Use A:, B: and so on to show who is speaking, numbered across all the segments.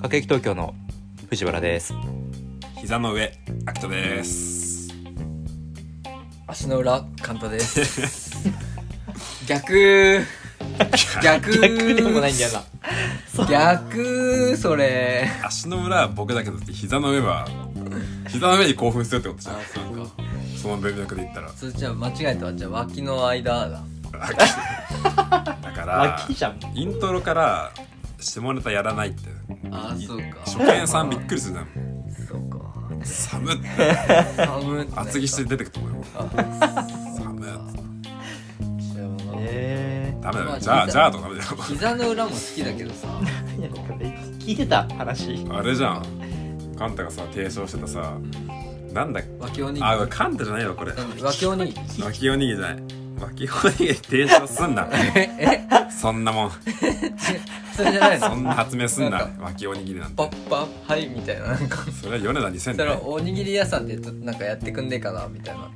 A: 各駅東京の藤原です
B: 膝の上アキトです
C: 足の裏カンタです 逆逆
A: 逆でもないんだよな
C: 逆それ
B: 足の裏は僕だけどって膝の上は膝の上に興奮するってことじゃん
C: そうか
B: その文脈で言ったら
C: それじゃあ間違えたわじゃあ脇の間だ
B: アキトだから
A: 脇じゃん
B: イントロから下ネタやらないって
C: あーそうか
B: 初見さんびっくりするじゃん
C: そうか
B: 寒って
C: 寒い
B: 厚着して出てくると思うよ
C: あ
B: 寒っ
C: じゃあまあ
A: え
B: ダメだ
C: ま
B: よ
C: あ
B: じゃあ
C: 膝
B: じゃあとかダメだよ
C: 膝の裏も好きだけどさ
A: ー、いやなんかね聞いてた話
B: あれじゃんカンタがさ提唱してたさなんだっけ
C: 脇おにぎり
B: あカンタじゃないわこれ
C: 何脇おにぎり
B: 脇おにぎりじゃない脇おにぎり提唱すんな
C: え
B: そんなもん
C: それじゃない
B: そ
C: の
B: んな発明すん
C: な
B: なん脇おにぎりなん
C: パ
B: て
C: ッパッはいみたいななんか
B: それは米田2000
C: それ
B: だ
C: おにぎり屋さんでちょっとなんかやってくんねえかなみたいな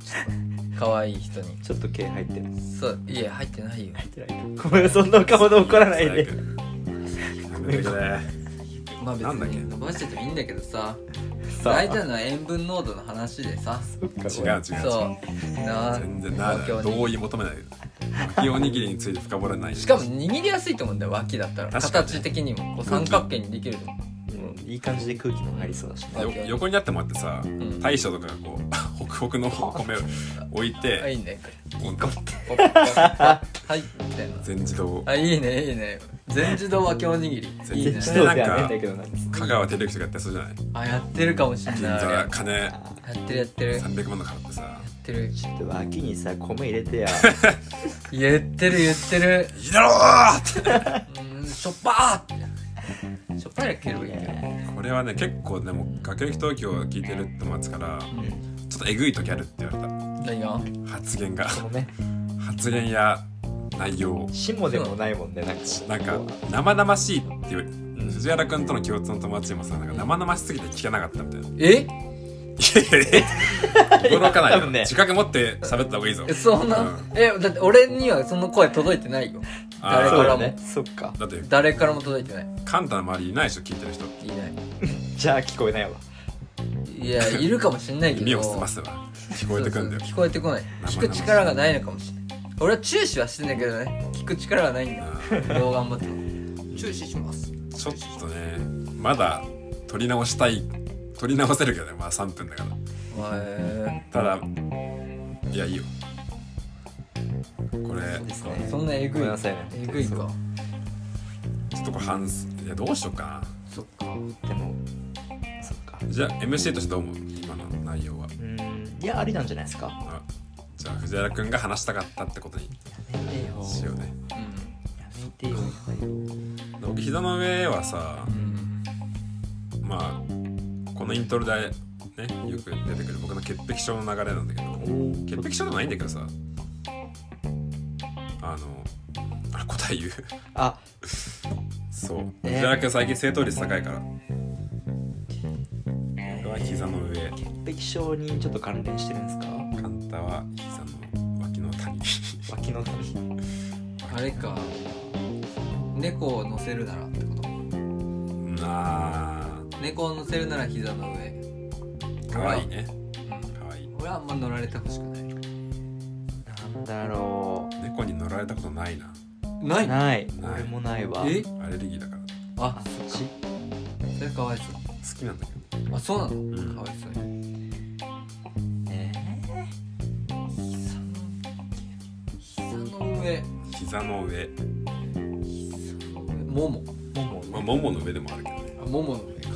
C: 可愛い人に
A: ちょっと毛入ってる
C: そういや入ってないよ
A: 入ってないごめんそんなお顔で怒らない で
C: まあ別
B: なんだっけ
C: に伸ばしててもいいんだけどさ
A: さあ
C: 大事なのは塩分濃度の話でさ
B: 違う違う違う
C: そうなあ
B: 全然な
C: 東京に
B: 同意求めない脇おにぎりについて深掘らない
C: しかも握りやすいと思うんだよ脇だったら
B: 確かに
C: 形的にもこう三角形にできると思
A: うんいい感じで空気も入りそうだしね
B: よ横になってもらってさ
C: ん
B: 大将とかがこう ホクホクの米を置いう
C: あい
B: て
C: いね
B: こう
C: ポッポッポッはいみたいな
B: 全自動
C: あいいねいいね全自動脇おにぎり
B: 全
C: いいね
B: 自
A: ちょっ
B: 動
A: とでは ないんだけどな
B: 香川照之とかやってそうじゃない
C: あやってるかもしれ
B: 銀
C: ないあ
B: 座
C: れや
B: が金
C: ってるやってるやっ
B: 300万の買ってさ
C: てる
A: ちょっと脇にさ米入れてや
C: 言ってる言ってる
B: 「いいだろ!」って
C: うんしょっぱーってしょっぱいだければいいけど
B: これはね結構でも「学歴東京」を聞いてるって思ってたからちょっとえぐい時あるって言われ
C: 何が
B: た発言が
A: このね
B: 発言や内容
A: しもでもないもんねなんか
B: なんか生々しいっていう藤原君との共通の友達にもさなんか生々しすぎて聞けなかったみたいな
C: え
B: 驚かない
A: 多
B: よ、
A: 分ね
B: 自覚持って喋った方がいいぞ
C: そんな、
B: うん
C: えだって俺にはその声届いてないよ
B: あ
A: そう
B: ー
C: 誰から
A: だ
C: も、
A: ねそっか
B: だって
C: 誰からも届いてない
B: カンタの周りいないでしょ聞いてる人
C: いない
A: じゃあ聞こえないわ
C: いやいるかもしれないけど
B: 耳を澄ませば聞こえてく んだよ
C: そうそう聞こえてこない聞く力がないのかもしれない俺は注視はしてんだけどね聞く力がないんだよ動画頑張っても注視します
B: うんちょっとねまだ取り直したい取り直せるけどねまあ3分だから
C: へ
B: ただいやいいよこれ
A: です
C: え
A: ね
C: そんなえ
A: ご
C: ぐい
A: めんなさいね
C: えぐいか
B: ちょっとこれ反すいやどうしようか
C: そっか
A: でもそっか
B: なじゃあ MC としてどう思う今の内容は
A: うーんいやありなんじゃないですか
B: あじゃあ藤原君が話したかったってことに
A: やめてよ
B: しようね
C: う
A: やめてよやばいよ
B: 僕膝の上はさ
C: んうん
B: まあこのイントロでねよく出てくる僕の潔癖症の流れなんだけど潔癖症でもないんだけどさあのあれ答え言う
A: あ
B: そう
A: えー
B: 藤原君最近正答率高いから僕は膝の上
A: 潔癖症にちょっと関連してるんですか
B: カンタは膝の脇の谷
A: 脇の谷
C: あれか猫を乗せるならってこと
B: なあ
C: 猫を乗せるなら膝の上、
B: かわいいね
C: うん
B: かわいい
C: 俺はあんま乗られてほしくない
A: なんだろ
B: 猫に乗られたことないな
C: な
A: うない
B: ない
A: 俺もないわ
C: え
B: アレルギーだから好
C: あ
A: あそっち
C: それかわいそう
B: きなんだけど
C: あそうなの、
B: ん
C: かわいそうに
A: え
C: 膝の上
B: 膝の上、
C: 膝の上もも
A: ー、もも
B: まあ、ももの上でもあるけどね
C: あももの上か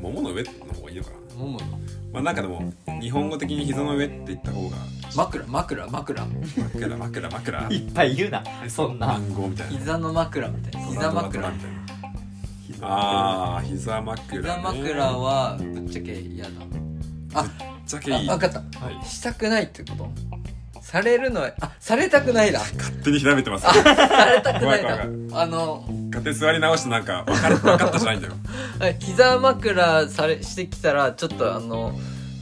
B: ももの上の方がいいのかな
C: ももの
B: まあなんかでも日本語的に膝の上って言った方が
C: 枕枕枕
B: 枕枕枕
A: いっぱい言うな そんな
B: 暗号みたいな
C: 膝の枕み たいな膝枕
B: みたいなああ膝枕、ね、
C: 膝枕
B: ぶ
C: はぶっちゃけ嫌だ
B: っちゃけい
C: あ
B: い
C: 分かった
B: はい、
C: したくないってことされるのはあされたくないだ
B: 勝手にひらめてます
C: されたくない
B: 怖い
C: だ
B: 怖
C: あの
B: 勝手に座り直してなんか分かる分かったじゃないんだよ
C: 膝枕されしてきたらちょっとあの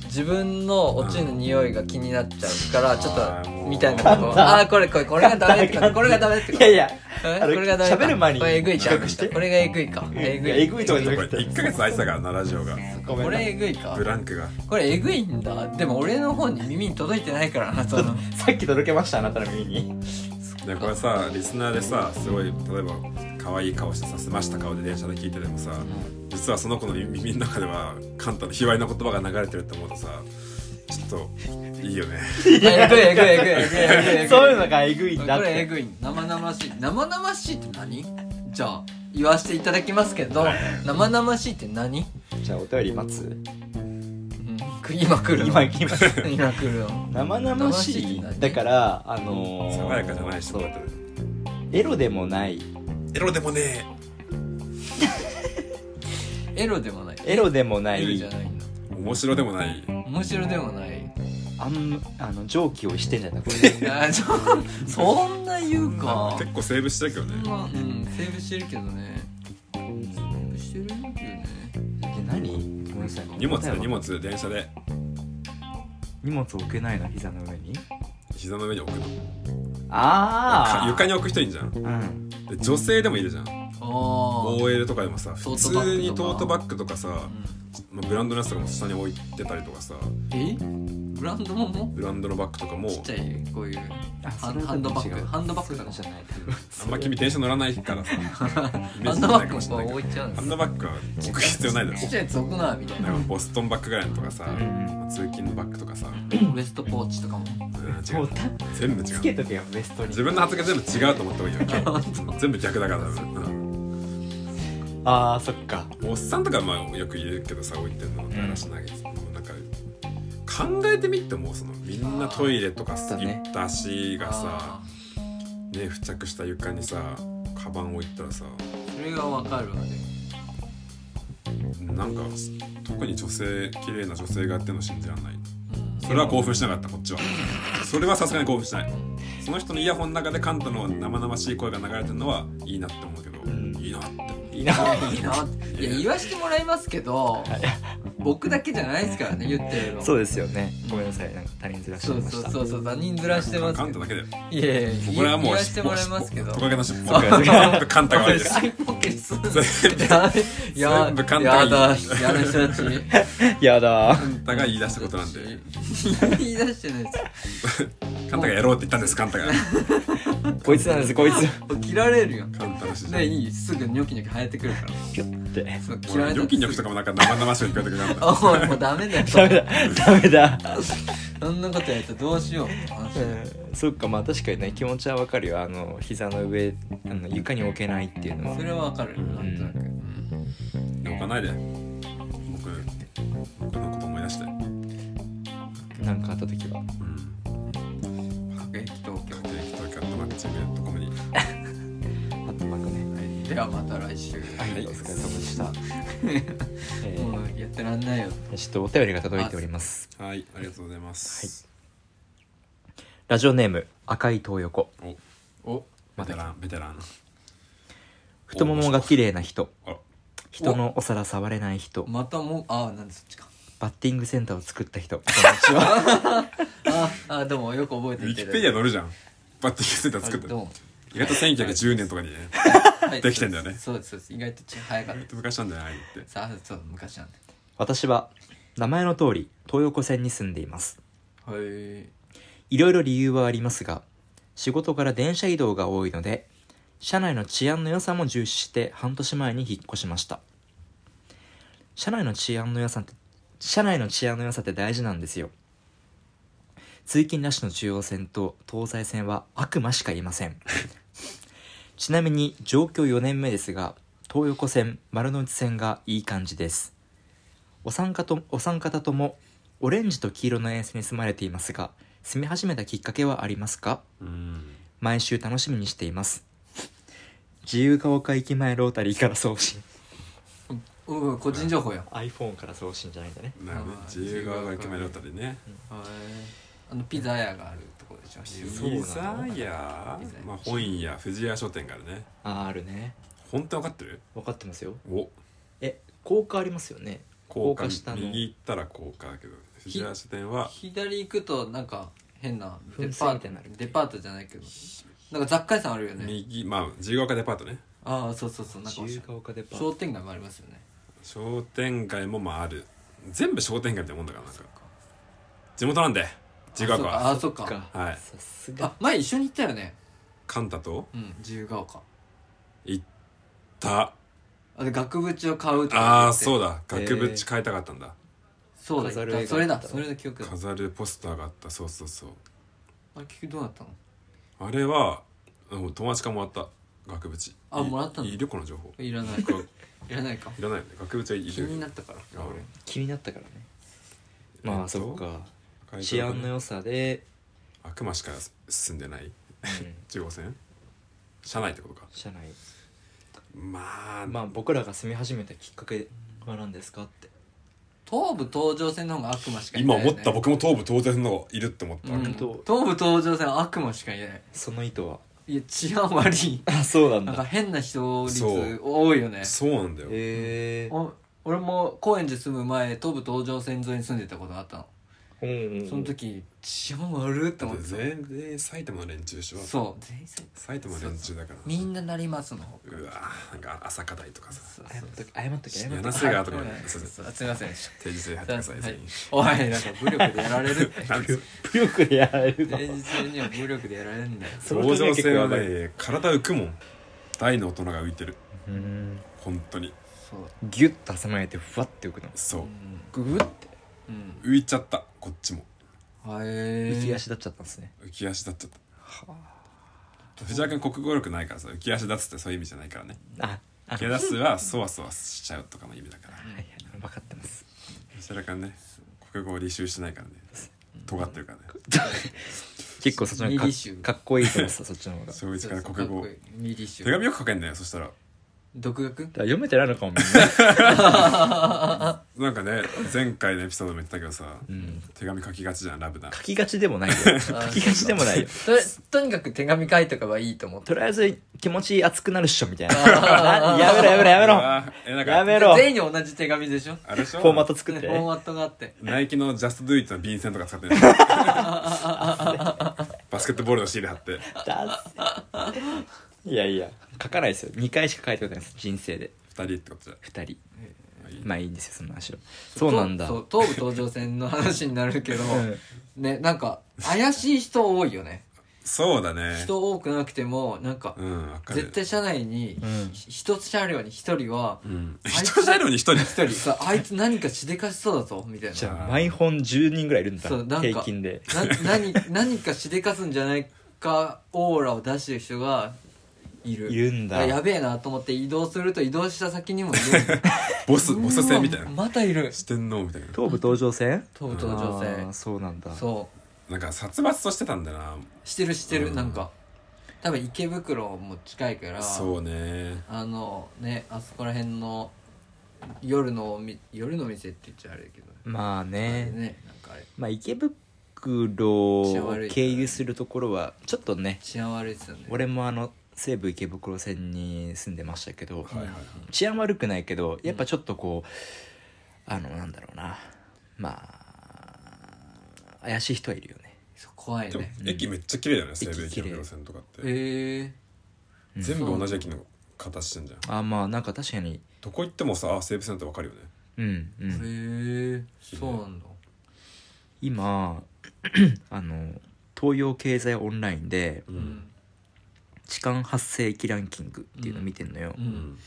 C: 自自分のおちんの匂いが気になっちゃうから、
B: ん
C: ちょ
B: あ
C: っ
B: ーも
C: と
B: う
C: みたいなとこああーこれこれこれがダメってことこれがダメってこ
A: い
C: と
A: やいや
C: え
A: あの
C: これがダメか
A: 喋る前に
C: これえぐいじゃん
A: 比較して
C: これがえぐいかえ
A: い
C: ぐい
A: やえぐいとかじゃなくて
B: 1ヶ月空いてたからなラジオが
A: ごめん
C: こ
A: な
C: れえぐいか
B: ブランクが
C: これえぐいんだでも俺の方に耳に届いてない からなその
A: さっき届けましたあなたの耳に
B: でこれさリスナーでさすごい例えば可愛い顔してさ澄ました顔で電車で聞いててもさ実はその子の耳の中ではカンタの卑猥な言葉が流れてるって思うとさちょっといいよ ね
C: えぐいえぐいえぐいえぐいえぐいえぐい
A: そういうのがえぐいんだっ
C: これえ
A: て
C: ぐい生々しい生々しいって何じゃあ言わせていただきますけど生々しいって何、
A: じゃあお便り待つ
C: うん、今来るの
A: 今行きます
C: 今来るの
A: 生々しいだからあのー、
B: 爽やかじゃないし
A: そうエロでもない
B: エロでもね
C: エロでもない
A: エロでもな
C: エロ
A: い
C: じゃないんだ
B: え面白でもない
C: 面白でもない
A: あんあの蒸気をしてんじゃなく
C: い
A: て
C: やちょそんな言うか
B: 結構セーブしてるけどね
C: まあうんセーブしてるけどねセーブしてるよね
A: で何ごめんなさい
B: 荷物だ荷物電車で
A: 荷物置けないの膝の上に
B: 膝の上に置くの
A: あ
B: か
A: あ
B: 床に置く人いるじゃん
A: うん
B: で女性でもいるじゃん
C: ああ
B: OL とかでもさ普通にトートバッグとかさ
C: う
B: まあブランドのやつとかも下に置いてたりとかさ
C: んえブランドもも
B: ブランドのバッグとかも
C: ちっちゃいこういう
A: あそ
C: ハン
A: れは
C: ハンドバッ
A: 違
C: グ
A: う
C: ハンドバッグだ
A: そう
C: か
A: じゃない
B: あんま君電車乗らないからさイメ
C: ハ
B: ー
C: ン
B: ジ
C: ド
B: な
C: バ
B: いか
C: ッグ
B: も
C: も
B: しれないけ
C: こう
B: ど
C: 置いちゃうんで
B: あん
C: す
B: なバッグは置く必要ないだろ
C: ちっちゃいやつ置くなみたい
B: な
C: なん
B: かボストンバッグぐらいのとかさ、
A: ん
B: 通勤のバッグとかさ、
C: ウエストポーチ とかも
B: 違
A: も
B: う
A: うた
B: 全部
A: つ
B: 違
A: け
B: う
A: とけよベストに
B: 自分の発言全部違うと思った方がいい
C: 本
B: よ全部逆だから多分、
A: ああそっか
B: うん、おっさんとかまあよく言うけどさ置いてるのだらしないけどなんか考えてみてもそのみんなトイレとか
A: あー
B: 行った足がさ
C: あ、
B: ね、付着した床にさカバン置いたらさ
C: ーそれがわかるわね
B: なんか特に女性綺麗な女性がやってるの信じらんない
C: うん
B: それは興奮しなかったこっちはそれはさすがに興奮しないその人のイヤホンの中でカントの生々しい声が流れてるのはいいなって思うけど、
A: ん
B: いいなって
A: いいない
C: いないや言わしてもらいますけど僕だけじゃないですからね言ってるの
A: そうですよねごめんなさいなんか他人ずらし
C: そ
A: て
C: う
A: ま
C: そ
A: し
C: う
A: た
C: そうそう他人ずらしてます
B: カ
C: け
B: ント
C: ど
B: だけで
C: いやいや
B: これはも
C: 言
B: う
C: わしてもらいますけど
B: トカゲの尻尾
A: そう
B: トカゲカンタが悪いです
C: 尻尾消す
B: 全部
C: やべや
B: 全部簡単に
C: やだやな人たち
A: やだー
B: カンタが言い出したことなんで
C: 言い出してないです
B: カンタがやろうって言ったんですカンタが
A: こいつなんですこいつ
C: 切られるよ
B: カンタの指
C: で
B: 示
C: いいすぐニョキニョキ生えてくるから
A: ピュッて
C: そう切ら
B: 俺
C: れた
B: ニョキニョキとかもなんか生々しいように聞こえてくる
C: あ
B: か
C: おいもうダメだよ
A: ダメだダメだ
C: そんなことやったらどうしようマジで
A: うんそっかまあ確かにね気持ちはわかるよあの膝の上あの床に置けないっていうのは
C: それはわかるなんとなくうん
B: ら置かないで僕僕のこと思い出して、うん、
A: なんかあった時は
B: 家庭機
C: 各駅東
B: とカットマッチングドコモに
A: あったまくね
C: 京ではまた来週
A: はいお疲れ様でした、 えー
C: もうやってらんないよ
A: ちょっとお便りが届いております
B: はいありがとうございます、
A: ラジオネーム赤い東横
B: おおベテランベテラン
A: 太ももが綺麗な人
B: あ
A: 人のお皿触れない人
C: またもうああなんでそっちか
A: バッティングセンターを作った人こんにちは
C: ああどうもよく覚え
B: ウ
C: て
B: ィ
C: い
B: キ
C: た
B: ペ
C: だい
B: ディ
C: て
B: ア載るじゃんバッティングセンター作って
C: あどうも
B: 意外と1910年とかにね
C: はい
B: できてんだよね
C: そうですそうです意外とちょっと早かっ
B: 意
C: た
B: 外と昔なんだよねああいうのって
C: さあそう昔なんで
A: 私は名前の通り東横線に住んでいます
C: はい
A: いろいろ理由はありますが仕事から電車移動が多いので社内の治安の良さも重視して半年前に引っ越しました社内の治安の良さって社内の治安の良さって大事なんですよ通勤ラッシュの中央線と東西線は悪魔しかいませんちなみに上京4年目ですが東横線丸の内線がいい感じですお三方とお三方ともオレンジと黄色の沿線に住まれていますが住み始めたきっかけはありますか
B: うん
A: 毎週楽しみにしています自由が丘駅前ロータリーから送信
C: うんうん個人情報や
A: iPhone から送信じゃないんだね
B: なるほどね
C: あー
B: 自由側が決めだったりね
C: はいあのピザ屋があるところでしょ
A: そうな
B: ピ
A: の
B: ザ屋
C: ピザ屋
B: まあ本屋藤屋書店があるね
A: あーあるね
B: 本当わかってる
A: 分かってますよ
B: お
A: え効果ありますよね
B: 高
A: 高
B: 架
A: 架下の
B: 右行ったら高架だけど藤原書店は
C: 左行くとなんか変な
A: 噴
C: デ
A: 水
C: パー
A: みた
C: ト
A: いになる
C: デパートじゃないけどなんか雑貨屋さんあるよね
B: 右まあ自由が丘デパートね
C: ああそうそうそうなんか
A: 自由が丘デパー
C: 商
A: ト
C: 店街もありますよね
B: 商店街もまあある全部商店街みたいなもんだからなんか地元なんで自由が丘
C: あ
B: は
C: そうかあそっか
B: はい
A: さす
C: あ
A: が
C: 前一緒に行ったよね
B: カンタと
C: うん自由が丘
B: 行った
C: あで額縁を買うとか
B: ああそう
C: だ
B: だ
A: えー
B: 額縁買いたかったんだ、
C: そうだ
A: 飾る
C: 言
A: 絵
C: っ
A: が
C: たそれ
A: あ
C: だ
A: った
C: それの記憶だ
B: 飾るポスターがあったそうそうそう
C: あれ結局どうなったの
B: あれはうん友達からもらった額縁
C: あ
B: い
C: もらったの
B: いるこの情報
C: いらな いかいらないか
B: いらないよね額縁はいる
C: 気になったから
B: あ
C: 俺
A: 気になったからね
B: えっと
A: まあそっか
B: 赤い
A: 治安の
B: 道路ね
A: 良さ で、
B: 悪魔しか進んでない
A: うん、
B: 中央線車内ってことか
A: 社内
B: まあ、
A: まあ僕らが住み始めたきっかけは何ですかって
C: 東武東上線の方が悪魔しかいな
B: 今
C: いよ
B: 思
C: ね
B: った僕も東武東然のいるって思った、
C: うん
A: 悪
C: 東
A: 党
C: 武東上線は悪魔しかいない
A: その意図はい
C: や治安悪い
A: あそうなん
C: なん
A: だ
C: か変な人率
B: そう
C: 多いよね
B: そうなんだよ、
A: へえ
C: お俺も高円寺住む前東武東上線沿いに住んでたことがあったの、
A: うんうん
C: その時治安悪って
B: だっ
C: 思ってて
B: 全然埼玉の連中でしょ
C: たそう全員そう
B: 埼玉の連中だから
C: みんななりますの方
B: うわーなんか朝課題とかさ
C: そう
A: 謝っとき謝っとき謝っと
B: 柳
A: き
B: 瀬川とかね
C: はい
B: そう
C: そうすいませんでし
B: 定時制やって
C: た
B: ください
C: は
B: 全
C: い
B: 員
C: おいなんか武力でやられる
B: なんです
A: 武力でやられるの
C: 現実には武力でやられるんだよ
A: その考
B: 王
A: え
B: 城
A: 結構
B: 線
A: や
B: は
A: ばい
B: ね体浮くもん大の大人が浮いてる
A: うん
B: 本当に
C: そう
A: ギュッと挟まれてふわって浮くの
B: そう
C: うん
A: ググって
C: うん
B: 浮いちゃったこっちも
C: はえ
A: 浮き
C: ー、
A: 足立っちゃったんですね
B: 浮き足立っちゃった藤原君国語力ないからさ浮き足立つってそういう意味じゃないからね
A: ああ
B: 浮き足立つはそわそわしちゃうとかの意味だから
A: はいはい分かってます
B: 藤原君ね国語を履修してないからね尖ってるからね
A: 結構そっちの
C: ミリ
A: 方
C: 集
A: がかかっこいいと思ってたそっちの方が
B: 小一から
C: そう
B: 国
C: そう
B: 語
C: かっこいいミリシ
B: 手
C: ュ
B: 紙よく書けんだよそしたら
C: 独学
A: だから読めてないのかもみん
B: なんかね前回のエピソードも言ってたけどさ
A: なうん
B: 手紙書きがちじゃんラブな
A: 書きがちでも ないよ書きがちでもないよ
C: ととにかく手紙書いとかはいいと思って
A: とりあえず気持ち熱くなるっしょみたいなあやめろやめろやめ
B: う
A: ろ
B: わーえなんか
A: やめろ
C: 全員に同じ手紙でしょ
B: あれでしょ
A: フォーマット作っ
C: ね
A: て
C: フォーマットがあって
B: ナイキのジャストドゥイットの便箋とか使ってる バスケットボールのシール貼って
A: だっせいやいや書かないですよ2回しか書いたことないです人生で
B: 二人ってことじ
A: 2人
B: ゃいい
A: まあいいんですよその話はそうなんだ
C: とそう東武東上線の話にな るけど、
A: うん
C: ねなんか怪しい人多いよね
B: そうだね
C: 人多くなくてもなんか、
B: うんわかる
C: 絶対車内に
A: うん
C: ひ一、つ車両に一人は
B: うん
C: あいつ
B: 人じゃないのに一人
C: 一人さあいつ何かしでかしそうだぞみたい
A: じ
C: な
A: ゃあ毎本10人ぐらいいるんだ
C: そうなんか
A: 平均で
C: な何何かしでかすんじゃないかオーラを出してる人がいる
A: いるんだ
C: あやべえなと思って移動すると移動した先にもい る
B: ボスボス戦みたいな
C: うわまたいる
B: 四天王みたいな
A: 東武東上線
C: 東武東上
A: あー
C: 線
A: そうなんだ
C: そう
B: なんか殺伐としてたんだな
C: してるしてる、
B: うん
C: なんか多分池袋も近いから
B: そうね
C: あのねあそこら辺の夜のおみ夜の店って言っちゃあれだけど
A: まあね
C: ねなんかあれ
A: まあ池袋を経由するところはちょっとね
C: 治安悪いっすよね
A: 俺もあの西武池袋線に住んでましたけど、
B: はいはいはい
A: 治安悪くないけどやっぱちょっとこう、あのなんだろうなまあ怪しい人はいるよね
C: そう怖い
B: でも
C: ね
B: 駅めっちゃ綺麗だよね西武
A: 駅
B: 駅
A: 綺麗
B: の路線とかって
C: へえ
A: うん
B: 全部同じ駅の形してんじゃん
A: あまあなんか確かに
B: どこ行ってもさあ西武線ってわかるよね
A: うんう
C: ー、
A: ん
C: へえそうなんだ
A: 今あの東洋経済オンラインで
B: う
C: う
A: 痴漢発生駅ランキングっていうの見てんのよ、
C: う
B: うんん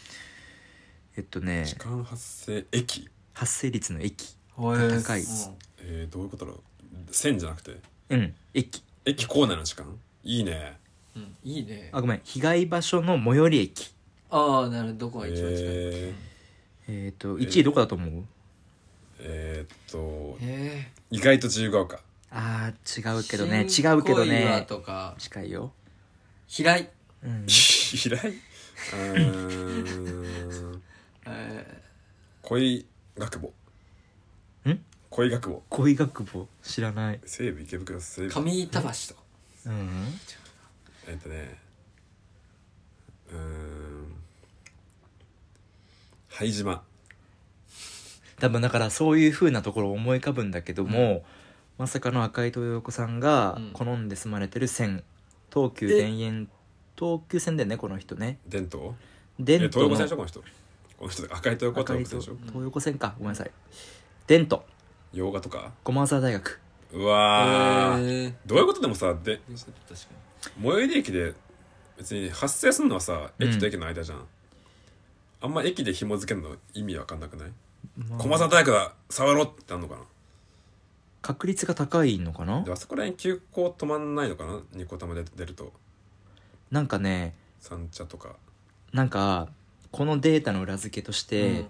A: えっとね
B: 時間発生駅
A: 発生率の駅
C: へー
A: 高いっす
C: うん
B: えーどういうことだろう線じゃなくて
A: うん駅
B: 駅構内の時間いいね
C: うんいいね
A: あごめん被害場所の最寄り駅
C: ああなるほどどこが一番近いへ
B: えー
A: えっ、と1位どこだと思う、
B: えーっと
C: え
B: 意外と自由が丘
A: あー違うけどね違うけどね
C: とか
A: 近いよ、
C: 平井
A: うん、
B: 嫌いうーん
C: え
B: 恋学母
A: ん
B: 恋学母
A: 恋学部知らない
B: 西武池袋西
C: ー
B: 武
C: 上板橋とか
A: うん
B: えーっとねうーん拝島
A: 多分だからそういう風なところを思い浮かぶんだけども、まさかの赤井豊子さんが
C: うん
A: 好んで住まれてる線東急
C: え
A: 田園東急線だよねこの人ね
B: 伝統え
A: 伝
B: 豊
A: 統
B: 子
A: の
B: 選手この人この人赤い豊子
A: 赤井
B: は豊子選
A: 豊
B: 手
A: 東横線かごめんなさい伝統
B: 洋画とか
A: 駒澤大学
B: うわー
C: え
B: どういうことでもさで
C: 確か
B: 最寄り駅で別に発生するのはさ
A: うん
B: 駅と駅の間じゃん、あんま駅で紐付けるの意味わかんなくない
A: まあ
B: 駒沢大学が触ろうってなんのかな
A: 確率が高いのかな
B: であそこら辺急行止まんないのかな二個玉で出ると
A: なんかね
B: 三茶とか
A: なんかこのデータの裏付けとして、
C: に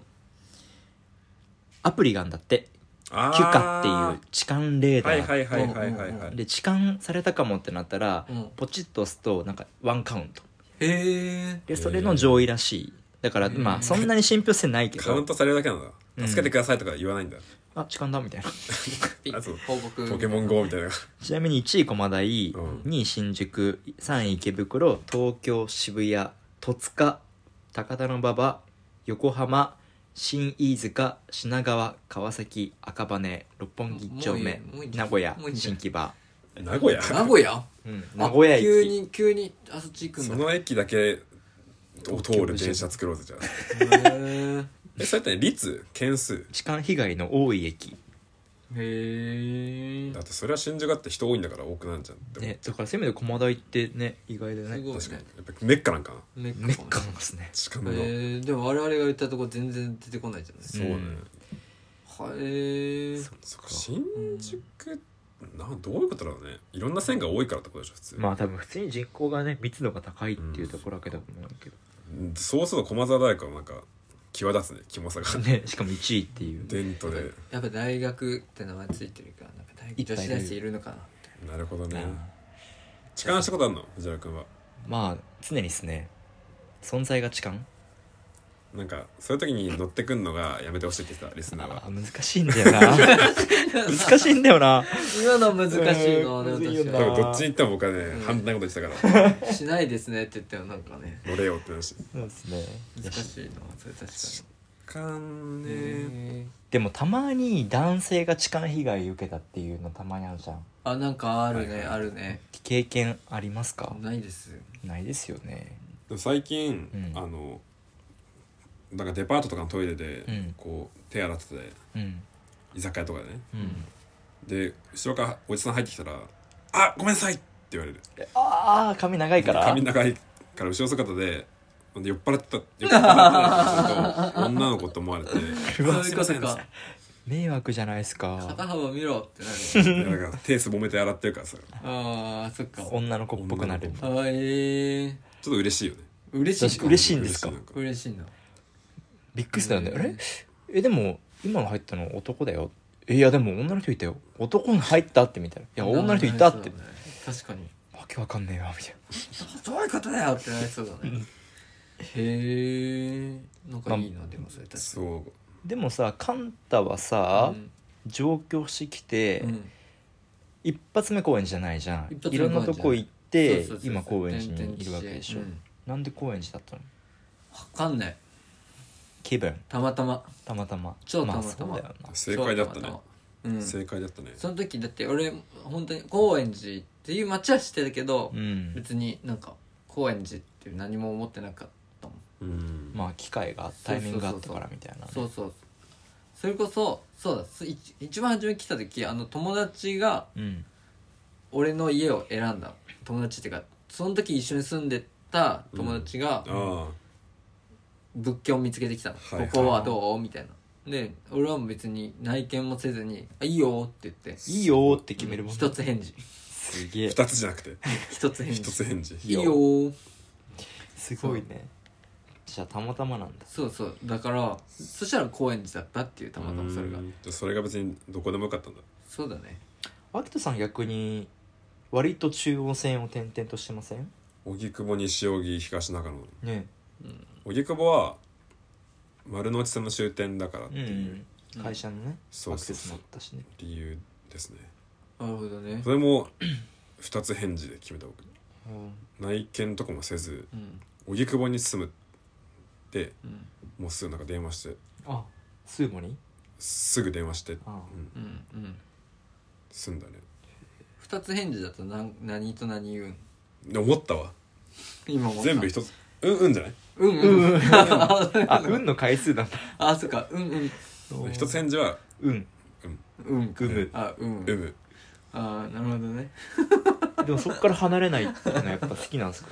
A: アプリがあんだって
B: あ
A: キュカっていう痴漢レーダー、
B: はいはいはいはいはいはい
A: で痴漢されたかもってなったら、
C: うん
A: ポチッと押すとなんかワンカウント
C: へえ
A: でそれの上位らしいだから
C: うん
A: まあそんなに信憑性ない け
B: カウン
A: ど
B: トされるだけなん
A: うん
B: だ助けてくださいとか言わないんだ、
A: あ痴漢だみたいな
B: あそう
C: 報告
B: ポケモン GO みたいな
A: ちなみに1位駒台
B: うん
A: 2位新宿3位池袋東京渋谷戸塚高田馬場横浜新飯塚品川川崎赤羽六本木一丁目
C: もうもういい
A: 名古屋
C: もういいじゃ
A: 新
C: ん
A: 木場、
B: 名古屋
C: 名古屋
A: うん、名古屋
C: あ急
A: 駅
C: に急にあそっち行くん
B: そ
C: だ
B: の駅だけを通る電車作ろうぜじゃあ
C: へ
B: えそれって率件数
A: 痴漢被害の多い駅
C: えへえ
B: だってそれは新宿だって人多いんだから多くなんじゃんって思う
A: ね、だからせめて駒台ってね意外だよ
C: す
A: ね
C: ごい
B: 確かに
C: ね
B: やっぱメッカなんかな
C: メッ
A: めっか
C: もね
A: なんですね
B: しか
C: え
B: も
C: ー、でも我々が言ったとこ全然出てこないじゃないです
B: そ
C: か、
B: うね、
A: うん
C: はえー、
B: そっか新宿なんどういうことだろうねいろんな線が多いからってことでしょ普通、
A: まあ多分普通に人口がね密度が高いっていうところだけだと思うけど、
B: うんそうすると駒沢大学はなんか際立つねキモさが
A: ねしかも1位っていう
B: 伝統で
C: やっぱ大学って名前ついてるからなんか大
A: いっぱ
C: 女
A: いいる
C: 子大生いるのかな
B: なるほどね
A: うん
B: 痴漢したことあるの藤原君は
A: まあ常にですね存在が痴漢
B: なんかそういう時に乗ってくんのがやめてほしいって言ってたリスナー
A: あ
B: は
A: ー難しいんだ よな難しいんだよな
C: 今の難しいなでも
A: うんむずいよ
B: 多
A: な
B: 分どっちに行っても僕はね、
C: ん
B: 反対なこと言ってた から
C: 確かにしないですねって言ったよなんかね
B: 乗れよって話
A: そうですね
C: 難しいなそれ確か
B: 痴漢
C: に
B: ね
C: へー
A: でもたまに男性が痴漢被害受けたっていうのたまにあるじゃん
C: あなんかあるね、
B: はい
C: あるね
A: 経験ありますか
C: ないです
A: ないですよね
B: でも最近、
A: うん
B: あのなんかデパートとかのトイレで、
A: うん
B: こう手洗ってて
A: うん
B: 居酒屋とかでね
A: うん
B: で後ろからおじさん入ってきたら「あごめんなさい!」って言われる
A: ああ髪長いから
B: 髪長いから後ろ姿でほんで酔っ払ってた酔っ払ってたってすると女の子と思われて「
A: うわ
B: あすいません」
C: か
A: 迷惑じゃないですか
C: 肩幅見ろってな る
B: いやだから手すぼめて洗ってるからさちょ
C: あーそっか
A: 女の子っぽくなる
B: 女の
C: あーえー、
B: っと嬉しいよね
C: 嬉しい
A: 確かに嬉しいんですか
B: 嬉しいなん
C: 嬉しいな
A: びっくりしたよね、あれえでも今の入ったの男だよえいやでも女の人いたよ男に入ったってみたいないや女の人いたって
C: なりそうだね確かに
A: わけわかんねえわみたい
C: どういうことだよってなりそうだねへえなんかいいなでもそれ確かに
B: そう
A: なでもさカンタはさ、
C: うん
A: 上京してきて、
C: うん
A: 一発目公演じゃないじゃん
C: 一発
A: い
C: 目
A: ろんなとこ行って
C: そうそうそうそう
A: 今高円寺にいるわけでしょ、
C: うん
A: なんで高円寺だったの
C: わかんない
A: 気分
C: たまたま
A: たまたま
C: 超たまたま
A: あそうだよな
B: 正解だったね
C: うん
B: 正解だったね
C: その時だって俺本当に高円寺っていう街は知ってたけど
A: うん
C: 別になんか高円寺っていう何も思ってなかったもん
B: うん
A: まあ機会がタイミングがあったからみたいなね
C: そうそうそれこそそうだす一一番初め来た時あの友達が
A: うん
C: 俺の家を選んだ友達っていうかその時一緒に住んでた友達が
B: あ
C: 物件を見つけてきたの、
B: はいはい
C: ここはどうみたいなで俺は別に内見もせずに「あいいよ」って言って
A: いいよーって決めるもん
C: 一つ返事
A: すげ
B: あ
A: え
B: 2つじゃなくて
C: 一つ返
B: 1
C: 事
B: つ返事
C: いいよー
A: すごいねじゃあたまたまなんだ
C: そうそうだからそしたら高円寺だったっていうたまたまそれが
B: うんじゃあそれが別にどこでもよかったんだ
C: そうだね
A: 秋田さん逆に割と中央線を転々としてません
B: 荻窪西荻東中野
A: ね
B: 荻窪は丸の内線の終点だからって
A: う
B: いうん
A: 会社のね
B: そ
A: ア
B: う
A: ク
B: そ
A: セ
B: う
A: スも
B: そ
A: あ
B: う
A: ったしね
B: 理由ですね
C: なるほどね
B: それも2つ返事で決めた僕
A: うん
B: 内見とかもせず
C: うん
B: 荻窪に住むって
C: うん
B: もうすぐなんか電話して
A: あスーモに
B: すぐ電話して、う
A: あ
B: ん、
C: うんうん
B: 済んだね
C: 二つ返事だと何何と何言うん
B: で思ったわ
C: 今思った
B: 全部一つうんうんじゃない
C: うんうん
A: あ運の回数なんだ
C: あそっかうんうん
B: 一つ返事は
A: うん
C: うん
A: グム
C: あうん
B: うむ
C: あーなるほどね
A: でもそこから離れないっていうのはやっぱ好きなんですか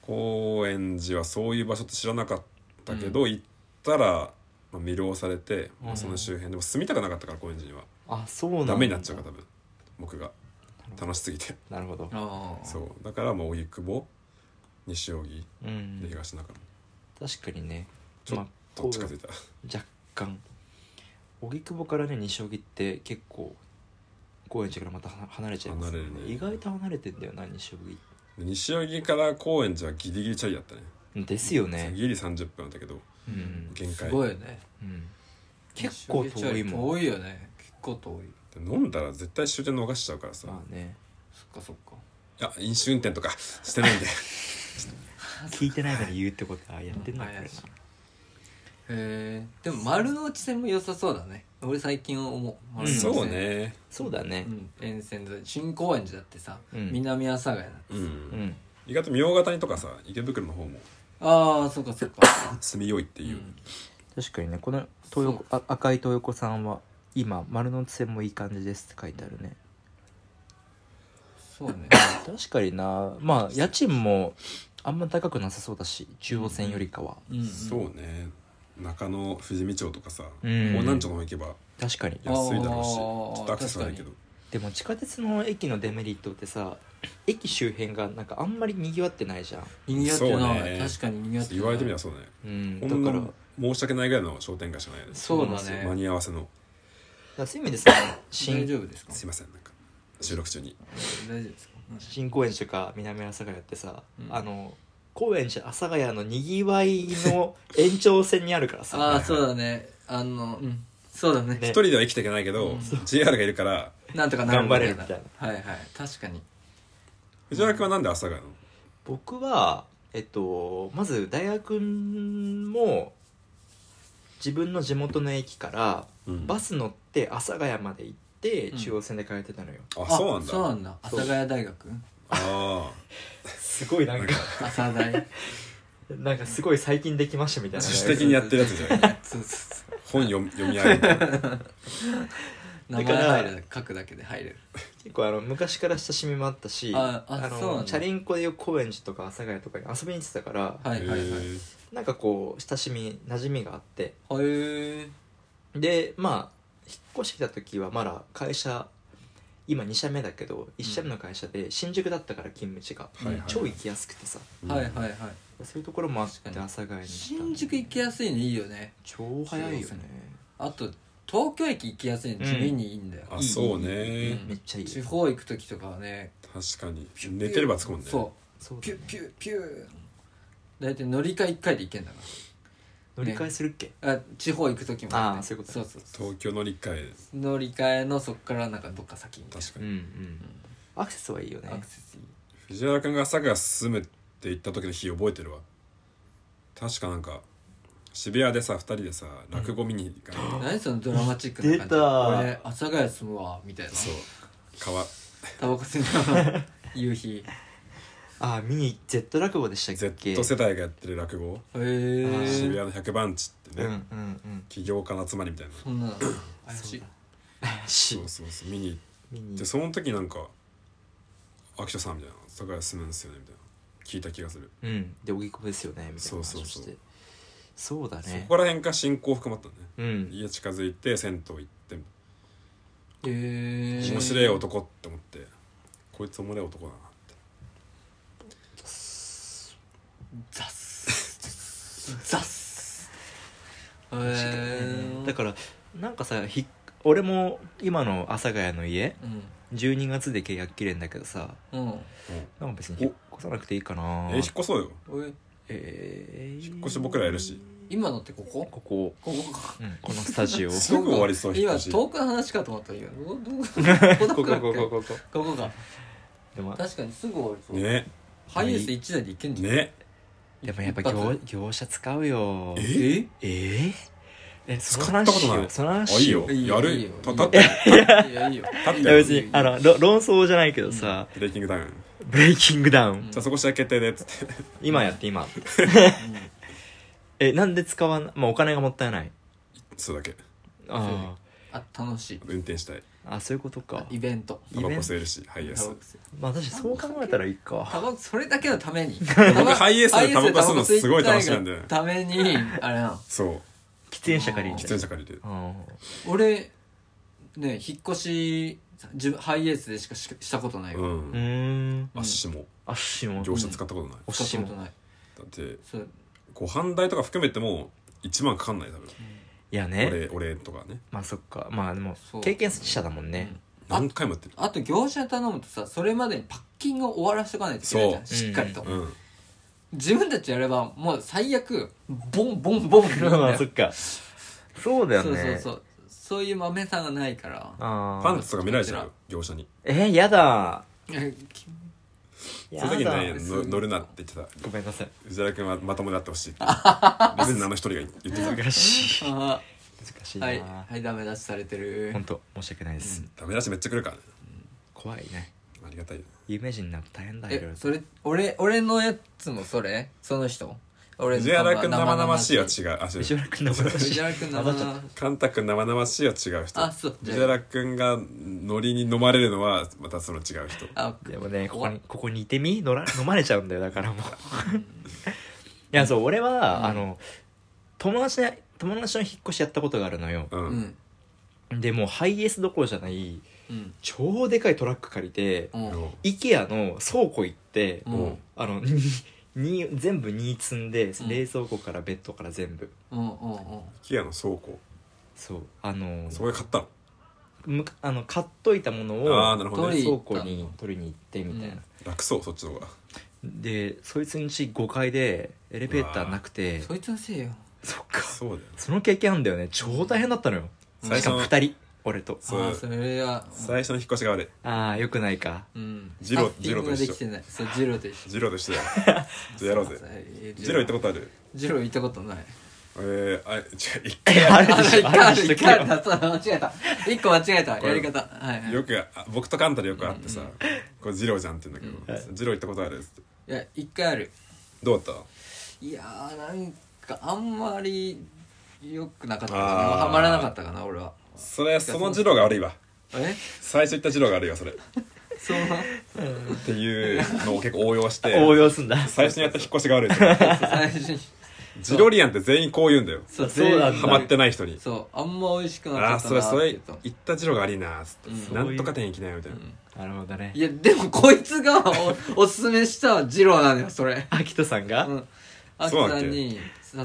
B: 高円寺はそういう場所って知らなかったけど、行ったら、まあ、魅了されて、まあその周辺でも住みたくなかったから高円寺には
A: あそうなんだ
B: ダメになっちゃうから多分僕が楽しすぎて
A: なるほど
C: ああ
B: そうだからもう荻窪西荻
A: う
B: で
A: ん
B: 東中野
A: 確かにね
B: ちょ
A: ま
B: っ
A: あ
B: と
A: こう
B: 近づいた、
A: 若干荻窪からね西荻って結構高円寺からまた離離れちゃいますよ
B: 離れるね
A: 意外と離れてんだよな西荻
B: 西荻から高円寺はギリギリチャリだったね
A: ですよね
B: ギリ30分だったけど
A: うん、
B: 限
C: す
B: 界
C: ごいね
A: うん、結構遠いもん
C: 遠いよね結構遠
B: で
C: い
B: 飲んだら絶対終電逃しちゃうからさ
A: まあね
C: そっかそっか
B: いや飲酒運転とか してないんで
A: 聞いてないのに言うってことはやってんだこれな
C: 怪しいへえでも丸の内線も良さそうだね俺最近思う丸の内線
B: そうね
A: そうだね
C: うん沿線で新高円寺だってさ、
A: うん
C: 南阿佐ヶ谷だ
B: うん、
A: うん
B: 意外と茗ヶ谷とかさ池袋の方も
C: ああそうかそうか
B: 住みよいっていう、
C: うん
A: 確かにねこの東横あ赤い東横さんは今丸の内線もいい感じですって書いてあるね
C: そう ね
A: 確かになまあ家賃もあんま高くなさそうだし中央線よりかは
C: うん
B: そうね中野富士見町とかさ
A: うん
B: 江南町の方行けば
A: 確かに
C: や
B: 安いだろうしち
C: あー
B: ょっとアクセス悪いけど
A: でも地下鉄の駅のデメリットってさ駅周辺がなんかあんまり賑わってないじゃん
C: 賑わってな
B: そう
C: い
B: ね
C: 確かに賑わってない
B: 言われてみればそうだね
A: うん
B: ほ
A: だ
B: ん
A: から
B: の申し訳ないぐらいの商店街しかないよね
C: そうだ
B: 間
C: ね
B: に合わせの
A: だからそういう意味で さ
C: 大
A: 新
C: 丈夫ですか
B: すいませんなんか収録中に
C: 大丈夫ですか
A: 新高円寺とか南阿佐ヶ谷ってさ、
C: うん
A: あの高円寺阿佐ヶ谷のにぎわいの延長線にあるから
C: あ
A: さ
C: あそうだねあのうんそうだね
A: ね
B: 一人では生きていけないけど、JR がいるから
C: なんとかなるみた
A: 頑張
C: いな
A: れるみたい
C: はいはい確かに
B: 藤原君はなんで朝がの
A: 僕はえっとまず大学も自分の地元の駅から
B: うん
A: バス乗って阿佐ヶ谷まで行って
C: うん
A: 中央線で通ってたのよ、
B: あそうなんだ
C: そうなんだ阿佐ヶ谷大学
B: あ
A: すごいなんか
C: 阿佐大
A: なんかすごい最近できましたみた
B: あ
A: いな
B: 自主的にやってるやつじゃない
C: そうそうそう
B: 本読み読み合いみたいな
C: 名前入る書くだけで入れる
A: 結構あの昔から親しみもあったし
C: ああそうなん
A: の
C: だ
A: チャリンコでよく高円寺とか阿佐ヶ谷とかに遊びに行ってたから、
C: はいはいはい
B: へ
A: なんかこう親しみ馴染みがあって
C: へえ
A: でまあ引っ越してきた時はまだ会社今2社目だけど1社目の会社で新宿だったから勤務地が、
B: はいはい
A: 超行きやすくてさ
B: ー
C: はいはいはい
A: そういうところもあって
C: 確
A: 阿
C: かに
A: 佐ヶ谷にした
C: 新宿行きやすいのいいよね
A: 超早いよ
C: そ
A: ね
C: うあと東京駅行きやすいの地味にいいんだよ、
B: あそうね
C: うん
A: めっちゃいい
C: 地方行く時とかはね
B: 確かに寝てればつくもんね
C: そ
A: そう
C: う
A: だ
C: ピュ
A: ね
C: ッピュッピュー大体乗り換え1回で行けんだか
A: 乗り換えするっけ
C: らあ地方行く時もね
A: あーそういうこと
C: そうそうそう
B: 東京乗り換え
C: 乗り換えのそっからなんかどっか先みたいな
B: 確か
A: うん
B: に、
A: うんアクセスはいいよね
C: アクセスいい
B: 藤原君が朝が住むって言った時の日覚えてるわ確かなんか渋谷でさ2人でさ落語見に行かない、
C: 何そのドラマチックな感じ
A: 出た
C: 俺阿佐ヶ谷住むわみたいな
B: そう川
C: タバコ吸いながら夕 日
A: ああ見に Z 落語でしたっけ
B: Z 世代がやってる落語
C: へえ
B: 渋谷
C: ー、
B: の100番地って
A: うん
B: ね、
A: うんうん
B: 起業家の集まりみたいな
C: そんなの怪しい
A: し
B: そうそうそう見に行っ
A: 見に
B: てその時なんか「秋田さん」みたいな「酒屋住むんですよね」みたいな聞いた気がする、
A: うんで荻窪ですよねみたいな話を
B: そうそう
A: し
B: そう
A: てそうだ
B: そ
A: ね
B: こら辺か信仰深まったね、
A: うん
B: 家近づいて銭湯行って
C: へえー、
B: 面白い男って思ってこいつ面白い男だなって
C: ザッスザッスへー
A: だからなんかさひ俺も今の阿佐ヶ谷の家
C: う
A: 12月で契約切れんだけどさ
C: んうん
A: なんか別に引っ越さなくていいかな
B: え引っ越そうよ
C: おい
A: えー
B: 引っ越し僕らやるし
C: 今のってここ
A: ここ、
C: ここか
A: うん、このスタジオこ
B: すぐ終わり そう引っ
C: 今
B: 越し
C: 遠くの話かと思った今どど
A: こ
C: ここ
A: こ
C: だっけ
A: ここここ
C: ここか
A: でも
C: 確かにすぐ終わりそう、
B: ね
C: ハイエース1台で行けんじゃん
B: ね
A: でもやっぱ
C: 一発
A: 業業者使うよ
B: え
C: え
A: えーえその
B: 使っ
A: 話
B: たこ
A: し
B: と
A: よ
B: な
A: う
B: い
A: その
B: あ
A: 話
B: いい
A: しよう
B: よ
C: いいよ
B: やる
C: いいよ
B: た立って
C: いやいいよ
B: 立っ
A: い
B: て
A: や
B: よ
A: 別にあのろ論争じゃないけどさ、
B: ブレイキングダウン
A: ブレイキングダウン
B: じゃあそこ試合決定でっつって
A: 今やって今えなんで使わんまあお金がもったいない
B: それだけ
A: あ
C: あ楽しい
B: 運転したい
A: ーあそういうことか
C: イベント
B: タバコ吸えるしハイエース
A: まあ確かにそう考えたらいい
C: タ
A: か
C: バコそれだけのために
B: 僕ハイエースでタバコ吸うのすごい楽しいんだよね
C: ためにあれなの
B: そう
A: 喫煙者借り
B: 喫
A: て
B: 煙者借りて
A: あ
C: 俺ね引っ越し自分ハイエースでしかししたことないわ
B: う
A: ーうんーん
B: あっしも
A: あっしも
B: 業者使ったことない
A: お
C: 使
A: し
C: ったこ
A: も
C: とない
B: だって
C: そう
B: ご飯代とか含めても1万かかんない多分
A: いや
B: お
A: ね
B: 礼お礼とかね
A: まあそっかまあでも
C: そう
A: 経験者だもんね
C: あ
B: 何回もやってる
C: あと業者に頼むとさそれまでにパッキングを終わらせとかないといけないじゃん
B: そ
A: うん
C: しっかりと、
B: うん
C: 自分たちやればもう最悪ボンボンボンみたいな
A: まあ
C: そ
A: そっかそうだよ
C: うそう
A: ね
C: そうそういう豆さがないから
A: あ
B: パン
A: あ
B: ツとか見られちゃうよ業者に
A: えーやだ
C: いや
B: その時に
A: やだ
B: ねの乗るなって言ってた
A: ごめんなさい
B: 藤原君はまともであってほしいって別にあの一人が言ってた
A: 難しい
C: あ
A: 難しい
C: ーはい
A: な
C: はいダメ出しされてる
A: 本当申し訳ないです
B: ダメ出しめっちゃ来るからね
A: 怖いね
B: ありがたいよ
A: 有名人になると大変だいろい
C: え
A: ろ
C: それ俺俺のやつもそれその人俺の
B: 藤原君生々しいは違うあ違
A: 石
B: う
A: 原君の話
C: 藤原君生々しい
B: カンタ君生々しいは違う人
C: あそう
B: 藤原君がノリに飲まれるのはまたその違う人
C: あ
A: でもねここにここにいてみのら飲まれちゃうんだよだからもういやそう俺は、
C: うん
A: あの友達の友達の引っ越しやったことがあるのよ
B: う
C: うんん
A: でもうハイエースどころじゃない
C: うん
A: 超でかいトラック借りて
C: うん
A: IKEA の倉庫行って、
C: う
B: うん
C: ん
A: あの にに全部に積んで
C: ん
A: 冷蔵庫からベッドから全部
C: うんうんうん
B: キアの倉庫
A: そうあの
B: そこで買ったの
A: むかあの買っといたもの
B: ああ
A: を
B: なるほど
C: 取
B: ね
C: り
A: 倉庫に取りに行ってみたいな、
B: 楽そうそっちの方が
A: でそいつん家5階でエレベーターなくて
C: そいつのせいよ
A: そっか
B: そうだよね
A: その経験あんだよね超大変だったのよ
B: 最
A: しか
B: 初
A: も
B: の
A: 2人俺と
B: そう
C: あーそれは
B: 最初の引っ越しが悪い
A: ああよくないか
C: うん
B: ジロ
C: スタッフィングができてないそうジローと一緒
B: ジローとしてだよ じゃあやろうぜ
C: ぜ
B: ジロー行ったことある
C: ジロー行ったことない
B: えー、あ違う一
A: えあ
C: あ
A: れでしょあれ
C: あ
A: でし
C: る
A: ょ
C: 一回あるだそうだ間違えた一個間違えた
B: これ
C: やり方はいはい
B: よくあ僕とカンタでよく会ってさ「これジローじゃん」って言うんだけど「ジロー行ったことある?」っつって
C: いや一回ある
B: どうだっ
C: いやーなんかあんまり良くなかったかな
B: あー
C: ハマらなかったかな俺は
B: たそれそのジローが悪いわ
C: え
B: 最初行ったジローが悪いわそれっ
C: そう
B: ていうのを結構 応用して
A: 応用すんだ
B: 最初にやった引っ越しが悪いって
C: 最初に
B: ジロリアンって全員こう言うんだよ
C: そ う
A: そうなんだ
B: ハマってない人に
C: そうあんま美味しくな
B: あ
C: か
B: あ
C: った
B: そ
C: な
B: れ
C: ーって
B: そ
C: 言
B: れ
C: うと
B: 行ったジローが悪いなーっつって、
C: うん
B: なんとか店行きなよみたいな、
A: なるほどね
C: いやでもこいつがおおすすめしたジローなのよそ れ
A: あきとさんが、
C: うんアキ
B: そうだ
C: さ
B: っけ
C: んに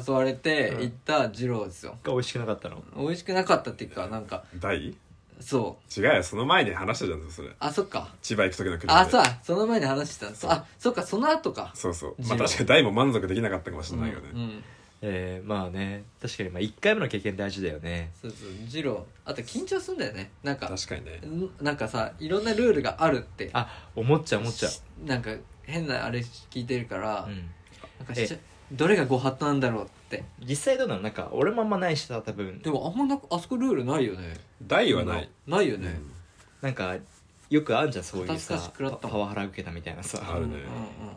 C: 誘われて
A: うん
C: 行った二郎ですよ、
A: が美味しくなかったの
C: 美味しくなかったっていうかなんか
B: 大
C: そう
B: 違うよその前に話したじゃんそれ
C: あそっか
B: 千葉行く時の車で
C: あそうだその前に話してた
B: そう
C: あそっかその後か
B: そうそう
C: ジ
B: ま
C: ロ
B: あ
C: ー
B: 確かに大も満足できなかったかもし
C: う
B: れ
C: ん
B: ないよね、
C: うん
A: えー、まあね確かにまあ1回目の経験大事だよね
C: そうそう二郎あと緊張すんだよねなんか
B: 確かにね
C: んなんかさいろんなルールがあるって
A: あ思っちゃう思っちゃう
C: しなんか変なあれ聞いてるから、
A: うん
C: なんかしちゃどれがご法度なんだろうって
A: 実際どうなのなんか俺もあんまないしさ多分
C: でもあんまなくあそこルールないよね
B: 大はない、
C: ないよね、
A: なんかよくあんじゃんそういうさ
C: 肩透かし食らったも
A: パ
C: ん
A: ワハラ受けたみたいなさ
B: あるね
C: うんうん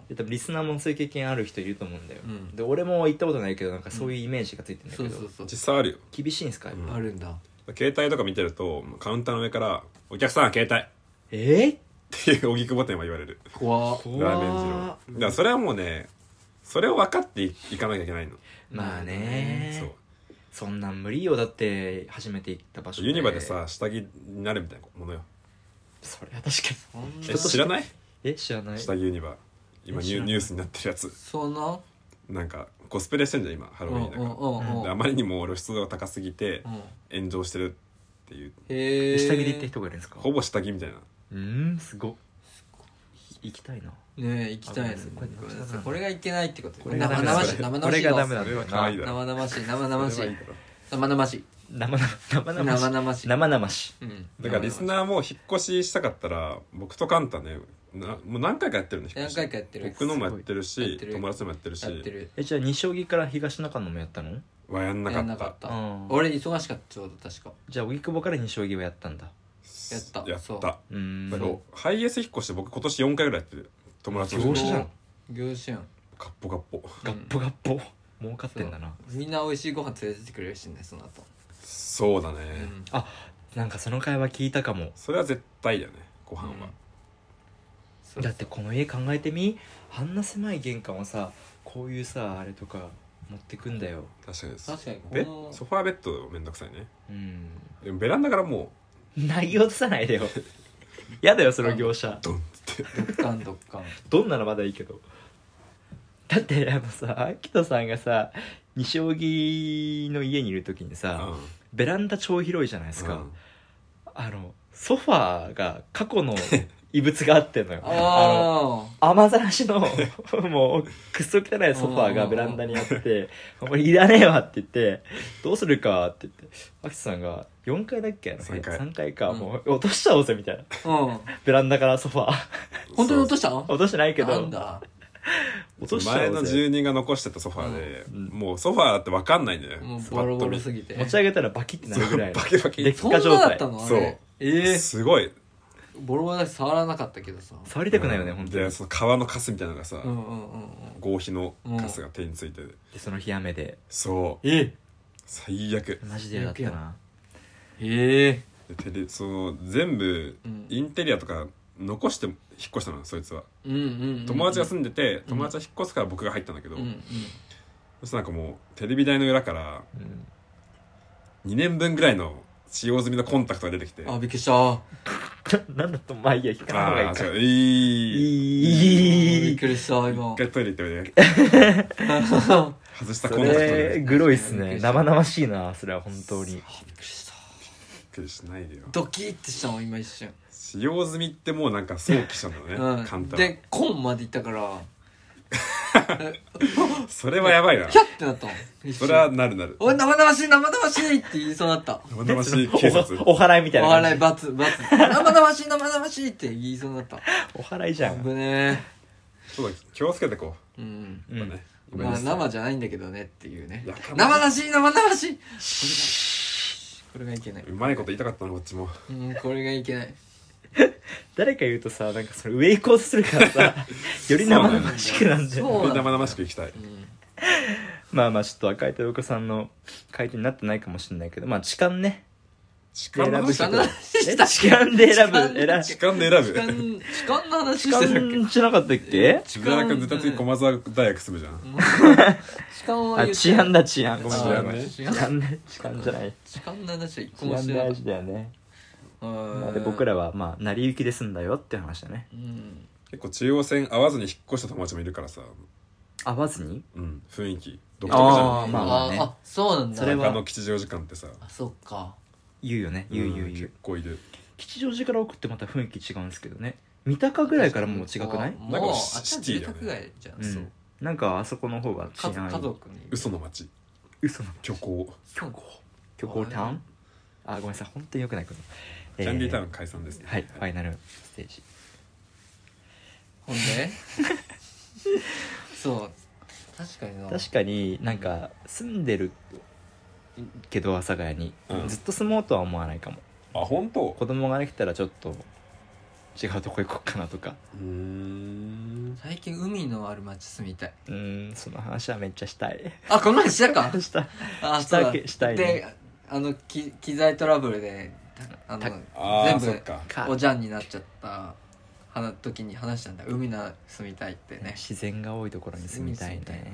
A: で多分リスナーもそういう経験ある人いると思うんだよ、
C: うん
A: で俺も行ったことないけどなんかそういうイメージがついてんだけ
C: そ
A: ど、
C: うそうそう
B: 実際あるよ
A: 厳しいんすか、
B: ん
C: あるんだ
B: 携帯とか見てるとカウンターの上から「お客さん携帯!」
A: え
B: っていう荻窪店は言われる
C: 怖っ
A: ー、
B: ラーメン二郎だからそれはもうねそれを分かっていいかなきゃいけないの、
A: まあね
B: そう
A: そんなん無理よだって初めて行った場所
B: ユニバでさ下着になるみたいなものよ
A: それは確かに
C: そん
B: え
C: な
B: 知らない
A: え知らない
B: 下着ユニバ今
A: え
B: ニ
A: 知ら
B: ュ
A: ない
B: ニュースになってるやつ
C: その
B: なんかコスプレしてんじゃん今ハ
C: う
B: ロ
C: ん
B: ウィ
C: うん
B: ンだ
C: う
B: から、
C: んう
B: であ
C: ん
B: まりにも露出度が高すぎて
C: うん
B: 炎上してるっていう
C: へえ
A: 下着で行った人がいるんですか
B: ほぼ下着みたいな
A: うーんすごっ行きたいな
C: ねえ行きたいです
A: あごめんごめんなさい
C: これがいけないってこと
A: これ
C: 生
A: がダメ
C: 々
A: だ
C: しい生
A: こ
C: 々し
A: れ
C: い
A: が
C: の
A: ダメなんだよ
B: それは可愛い
A: な
B: だ
C: 生々しい生々し
B: それはいい
C: い
B: だろ
C: 生々しい
A: 生々生々
C: 生
A: し
C: 々し
A: い
C: い
A: 生々しい
C: うん
B: だからリスナーも引っ越ししたかったら僕とカンタねなもう何回かやってるの引っ越し
C: 何回かやってる
B: 僕のもやってる
C: すごいや
B: し
C: ってる
B: 友達のもやってるし
C: やってる
A: えじゃあ西荻から東中野もやったの
B: はやんなか
C: や
B: っ
C: ん
B: た
C: なかった、
A: うん
C: 俺忙しかったちょうど確か
A: じゃあ荻窪から西荻窪やったんだ
C: やった
B: や
C: そう
B: った
A: うーん
B: だからハイエース引っ越して僕今年4回ぐらいやってる友達
A: 業者じゃん
C: 業者やん
B: ガッポガッポ
A: ガッポガッポ儲かってんだな
C: みんな美味しいご飯連れてってくれるしねその後、
B: そうだね、
C: うん
A: なんかその会話聞いたかも
B: それは絶対だよねご飯は、
C: そう
A: だってこの家考えてみあんな狭い玄関をさこういうさあれとか持ってくんだよ
B: 確かにです
C: 確かにこ
B: ベ
C: の
B: ソファーベッドめんどくさいね
A: うん
B: でもベランダからも
A: 内容落とさない でよやだよその業者
B: うドンって
C: ドッカンドッカン
A: どんなのまだいいけどだってあのさ秋人さんがさ西荻の家にいる時にさ、
B: うん
A: ベランダ超広いじゃないですか、
B: うん
A: あのソファーが過 去の異物があってんのよの
C: あ
A: 雨ざらしのもうくっそ汚いソファーがベランダにあって「これいらねえわ」って言って「どうするか」って言って秋田さんが4階だっけ
B: 三階
A: 3階か、
C: うん
A: もう落としちゃおうぜみたいな
C: あうん
A: ベランダからソファー
C: 本当に落と
B: し
C: したの
A: 落としてないけ
C: な
A: ど
C: んだ
A: 落としちゃ
B: 前
A: お
B: の
A: うぜ
B: 住人が残してたソファーで、
A: うん
B: もうソファーだって分かんないんだよね
C: もう
B: パ
C: ボロ
B: ッと
C: ボ
B: 見
C: ロすぎて
A: 持ち上げたらバキってなるぐらい
B: そ
A: の
B: うバキバキ
A: 劣
C: そん
A: 化
C: な
A: 状
C: だっ
A: 態
C: たのあれ
B: そう
C: ええ
B: すごい
C: ボロボロだし触らなかったけどさ
A: 触りたくないよね、
B: うん
A: 本当に
B: でその川のカスみたいなのがさ、
C: うんうんうんうん
B: 合皮のカスが手についてて、
A: でその日雨で
B: そう
C: え
B: 最悪
A: マジで嫌だった
C: 最悪
A: な
C: え
B: で
C: え
B: テレその全部
C: うん
B: インテリアとか残して引っ越したのそいつは
C: うんうんうん
B: 友達が住んでて、
C: ん
B: 友達が引っ越すから僕が入ったんだけど、
C: うんうん
B: そしたらなんかもうテレビ台の裏から
A: うん
B: 2年分ぐらいの使用済みのコンタクトが出てきて
C: あびっくりした
A: ななんだとまあいいや引かない方がいい
B: あ
A: か
B: ー違う
A: い
B: いい
A: い
C: びっくりした 今
B: 一回トイレ行っておいで 外したコ
A: そ
B: ンタクトで
A: れグロいっすね生々しいなそれは本当に
C: あびっくりした
B: びっくりしないでよ
C: ドキッてしたもん今一瞬
B: 使用済みってもうなんか想起したんだね、
C: うん
B: 簡単
C: でコンまで行ったから
B: それはやばいな
C: キャッてなったもん一瞬
B: それはなるなる
C: おい生々しい生々しいって言いそうだった
B: 生々しい警察
A: おお祓いみたいな
C: お
A: 感じ
C: 笑いバツバツ生々しい生々しいって言いそうになった
A: お祓いじゃん
C: 危ね
B: そうだ気をつけてこ
C: えうん
B: う、
A: うん
B: やっぱね
C: まあ生じゃないんだけどねっていうね
B: やか
C: 生
B: ましい
C: 々しい生々しいこれがいけないう
B: まいこと言いたかったなこっちも
C: うんこれがいけない
A: 誰か言うとさなんかそれ上行こうとするから さより生々しくなんで
C: そう
B: 生々しくいきたい
C: うん
A: まあまあちょっと赤いと横さんの回答になってないかもしれないけどまあ痴漢ね
B: 時間の話
C: 痴
A: 選
C: 漢
A: ぶ
C: の
B: だ
C: 話
A: え
C: し
A: 痴
C: たっけ
A: 漢で選ぶ
C: 痴漢
A: 選ぶ
B: 時間で選
C: 痴漢
B: ぶ
C: 痴漢の話
A: 痴
C: してたっ
A: 漢じゃなかったっけ
B: 藤原君絶対次駒沢大学住むじゃん
C: け痴漢は
A: あ
C: 言って
A: 治安だ治安ごめん
B: 治
A: ごめん
B: 安
A: ごめん
B: ね
A: 治安ね痴漢じゃない
C: 痴漢の話は一個
A: 治
C: も
A: 安
C: してなか
A: 大
C: っ
A: 事だよね
C: た
A: ま
C: う
A: あ
C: ん
A: で僕らはまあ成り行きで済んだよって話だね
C: うん
B: 結構中央線合わずに引っ越した友達もいるからさ
A: 会わずに
B: うん雰囲気独特じゃ
A: あー
B: ん
A: まあまあね
C: あそうなんだ
A: それは
B: 中の吉祥寺間ってさ
C: あそっか
A: 言うよね言う言
B: う
A: うん言う
B: 結構いる
A: 吉祥寺から送ってまた雰囲気違うんですけどね三鷹ぐらいからもう違くない
B: なん
C: もう
B: か
C: あっ
B: シ
C: ちは
B: シティ
C: 住
B: だよね
C: 宅街じゃん、
A: うん
C: そう
A: なんかあそこの方が治
C: 家
A: 安い
C: 族
A: い
C: 家族に
B: 嘘の街
A: 嘘なの
B: 虚構
C: そう
A: 虚構タウンあごめんなさい本当によくないこと
B: キャンディータウン
A: え
B: 解散ですね
A: ーはいファイナルステージ
C: ほ んでそう確かにな
A: 確かになんか住んでるけど阿佐ヶ谷に、
B: うん
A: ずっと住もうとは思わないかも
B: あ本当
A: 子供ができたらちょっと違うとこ行こうかなとか
B: うーん
C: 最近海のある町住みたいう
A: ーんその話はめっちゃしたい
C: あこの話し たか
A: した
C: あ
A: した
C: そうだ
A: けしたいね
C: であのき機材トラブルであ
A: た
B: あ
C: の
B: ー
C: 全
B: そっ
C: 部
B: か
A: か
C: おじゃんになっちゃった話時に話したんだ海の住みたいってね
A: 自然が多いところに住みたい
C: 住みたい
A: ね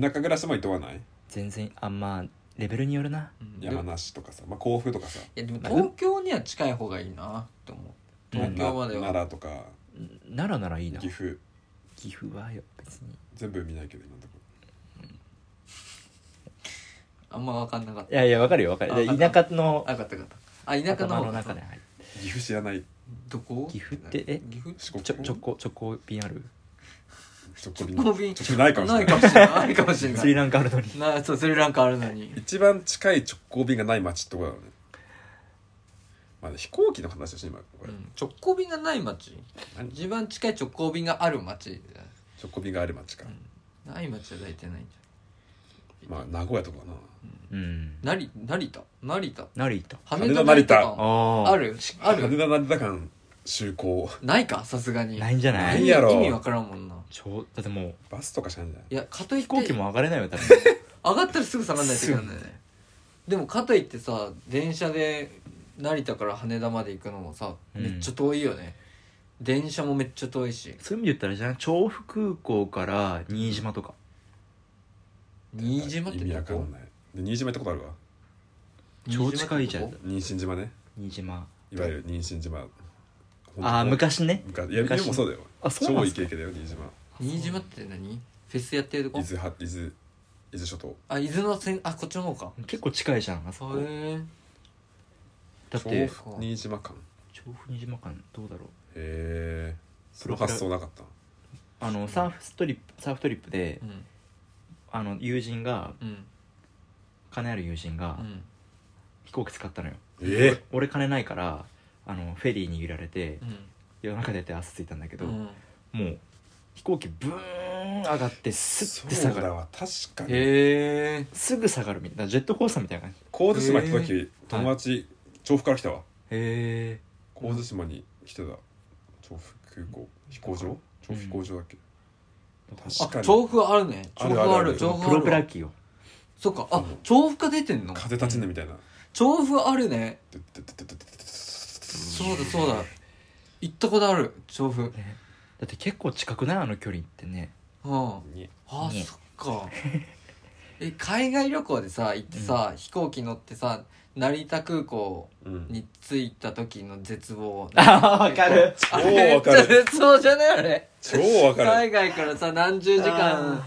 B: 田舎暮らしもいとわない
A: 全然あんまレベルによるな
C: うん
B: 山梨とかさ、まあ、甲府とかさ
C: いやでも東京には近い方がいいなと思う東京まで
B: な
C: は
B: 奈良とか
A: 奈良ならいいな
B: 岐阜
A: 岐阜はよ別に
B: 全部見ないけど今のとこ
C: あんま分かんなかっ
A: いやいやわかるよわかるいや田舎の
C: たあ分かった分かったあ田舎の
A: 頭
C: 方
A: の中で、はい、
B: 岐阜知らない
C: どこ
A: 岐阜ってえ
C: 岐阜
B: 四国
A: ちょチョコチョコビンある
B: ちょっとびん
C: チョコビン
B: ちょっとびんないかもし
C: な
B: れ
C: い
B: な
C: か
B: い
C: もしれないないかもしれな
A: スリ
C: い
A: ランカあるのに
C: なそうスリランカあるのに
B: 一番近い直行便がない町ってことだよねまあね飛行機の話だし今これ、
C: うん直行便がない町
B: 何
C: 一番近い直行便がある町
B: 直行便がある町か、
C: ない町は大体ないんじ
B: まあ名古屋とかかな
A: うん
C: 成成田成田
A: 成田
C: 羽田成田
B: あ
C: 感
A: あ
C: あるあ
B: 羽
C: る
B: 田成田間就航
C: ないかさすがに
A: ないんじゃな
B: ないいやろ
C: 意味わからんもんな
A: ちょだってもう
B: バスとかしないんじゃない
C: いやかといって
A: 飛行機も上がれないよ多分
C: 上がったらすぐ下がんないといけないんだよねでもかといってさ電車で成田から羽田まで行くのもさ、
A: うん
C: めっちゃ遠いよね電車もめっちゃ遠いし
A: そういう意味で言ったらじゃあ調布空港から新島とか
C: 新島って
B: 意味わか
C: どこ
B: んないで新島行ったことあるわ
A: 超近いじゃん
C: 新島ってどこ
B: 妊
A: 新
B: 娠島ね
A: 島
B: いわゆる妊娠島
A: ああ
B: 昔
A: 昔ね
B: 昔いや
A: 昔
B: でもそうだよ
A: あそうなん
B: 超
A: で
B: イ
A: すか
B: ケイケだよ新島
C: 新島って何フェスやってるとこ
B: 伊豆は伊豆伊豆諸島
C: あ伊豆のせんあこっちの方か
A: 結構近いじゃんあそこ
C: そういう
A: だっ
B: 調
A: て
B: 布新島間
A: 調布新島間どうだろう
B: へえそ
A: プロ
B: の
A: ペラ
B: 発想なかった
A: あのサーフストリップサーフトリップで
C: うん
A: あの友人が
C: うん
A: 金ある友人が
C: うん
A: 飛行機使ったのよ
B: え
A: 俺金ないからあのフェリーに揺られて
C: うん
A: 夜中出て汗ついたんだけど、
C: うん
A: もう飛行機ブーン上がってスッて
B: そ
A: 下
B: う
A: が
B: だ
A: る
B: わ確かに
C: へえ
A: すぐ下がるみたいなジェットコースターみたいな感じ
B: 神津島行った
C: へ
B: 時友達調布から来たわ
A: へえ
B: 神津島に来てた調布空港飛行場調布飛行場だっけ
C: あ
B: 確かに
C: 調布あるね調布あ
B: あるあ
C: る
B: る
C: 調布あ
A: プ
C: る
A: ロ
C: わ
A: ペラ機よ
C: そっかあ調布が出てんの
B: 風立ちぬみたいな
C: 調布あるね
B: ドゥドゥドゥドゥドゥドゥドゥ
C: そうだそうだ行ったことある調布うん
A: ねだって結構近くないあの距離ってね
C: あ
B: に
C: あ
A: ね
C: そっかえ海外旅行でさ行ってさ飛行機乗ってさ成田空港
B: うん
C: に着いた時の絶 望
A: ああわかる
B: 超
C: あれめ
B: わ
C: っ
B: か
C: ちゃ
B: る
C: 絶望じゃないあれ
B: 超わかる
C: 海外からさ何十時間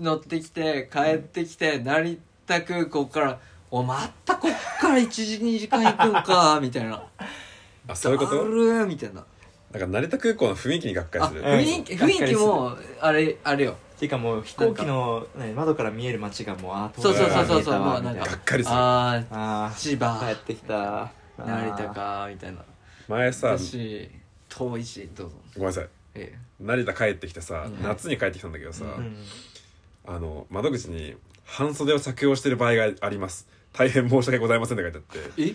C: 乗ってきて帰ってきて成田空港から「おまたこっから1時2時間行くん か」みたいな「
B: あそういうこ
C: あ
B: と
C: る」みたいな
B: なんか成田空港の雰囲気にがっかり
C: あ
B: する
C: 雰囲気
A: うん
C: 雰囲気もあれあれよ
A: ていうかもう飛行機の、ね、窓から見える街がもうあー
C: そう
B: そうそう
C: そうそう
A: 遠
C: もうなん
A: くから見え
B: が
A: たわみたい
B: っかりする
C: あ
A: なあ
C: あ千
A: ー帰
C: 葉
A: ってきた
C: 成田かみたいな
B: 前さ
C: 私遠いしどうぞ
B: ごめんなさい
C: え
B: 成田帰ってきてさ、
C: うん
B: 夏に帰ってきたんだけどさ、
A: うん
B: あの窓口に半袖を着用している場合があります大変申し訳ございませんって書いてあって
C: え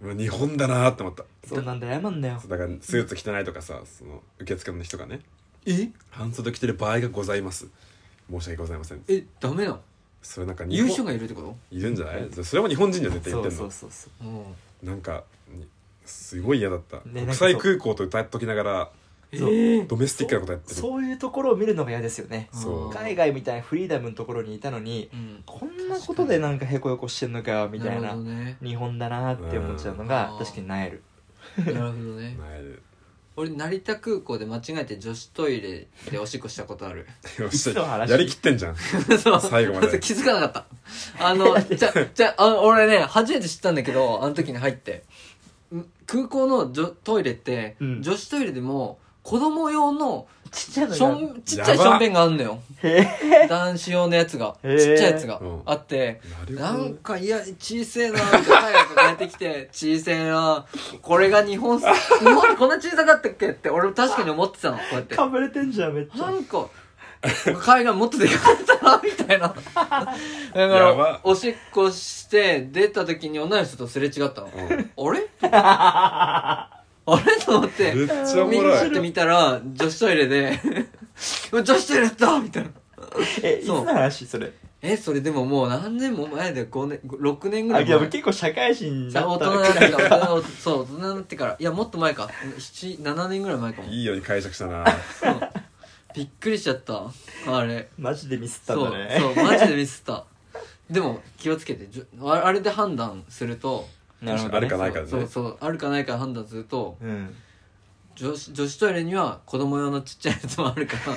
B: うわ日本だなーって思った
A: そうなんだよ謝んなよ
B: そうだからスーツ着てないとかさその受付の人がね
C: え
B: 半袖着てる場合がございます申し訳ございません
C: ええダメなの
B: それなんか日
C: 優
B: 本
C: 勝がいるってこと
B: いるんじゃないそれも日本人じゃ絶対
A: そ
B: 言って
A: うん
B: の
A: そうそうそう
C: うん
B: なんかにすごい嫌だった、
A: ねなん
B: 国
A: かそう
B: 際空港と歌っときながら
A: そう
C: ええ
B: ドメスティックなことやってる
A: そういうところを見るのが嫌ですよね
B: そう
A: 海外みたいなフリーダムのところにいたのに
C: うん
A: こんなことでなんかへこへこしてんのかみたい
C: る
A: な
C: ほどね
A: 日本だなって思っちゃうのが
C: うん
A: 確かになえる
C: なるほどね
B: なえる
C: 俺成田空港で間違えて女子トイレでおしっこしたことあ る
B: よっし
A: いつの
B: ゃ
A: 話
B: やりきってんじゃん
C: そう
B: 最後まで
C: 気づかなかった あのじゃじゃあ俺ね初めて知ったんだけどあの時に入ってん空港の女トイレって、
A: うん
C: 女子トイレでも子供用の
A: ちっちゃいの
C: しょんちっちゃ
B: や
C: い
B: ば
C: しょんべんがあんのよ
A: へ
C: 男子用のやつがち
A: へー
C: っちゃいやつが
B: うん
C: あって
B: なる
C: な
B: ほど
C: ん
B: ね
C: かいや小せえなみたいな帰ってき て小せえなこれが日本す日本ってこんな小さかったっけって俺も確かに思ってたのこうやって
A: かぶれてんじゃんめっち
C: な
A: ゃ
C: んか、海外もっとでかかったな、みたい な。だか
B: やば
C: ら、おしっこして、出た時に女の人とすれ違ったの。
B: うん
C: あれ あれと思って、
B: めっちゃお
C: み
B: も
C: んな
B: ろ
C: って
B: い
C: 見たら、女子トイレで、 女子トイレだったみたいな。
A: えいつ
C: そう
A: の話それ
C: え、それでももう何年も前で5年、6年ぐら
A: あ
C: い
A: でも
C: 前。
A: 結構社会人だ
C: さ
A: っ
C: 大
A: た
C: 人
A: の
C: に
A: か
C: なってから、大人そう、大人になってから。いや、もっと前か。7、7年ぐらい前かも。
B: いいように解釈したな
C: そうびっくりしちゃった。あれ。
A: マジでミスったんだね
C: そうそうマジでミスったでも気をつけてじょああれで判断すると
A: なるほどね
B: あるかないかで
C: そう
B: ね
C: そうあるかないか判断すると
A: うん
C: 女子女子トイレには子供用のちっちゃいやつもあるから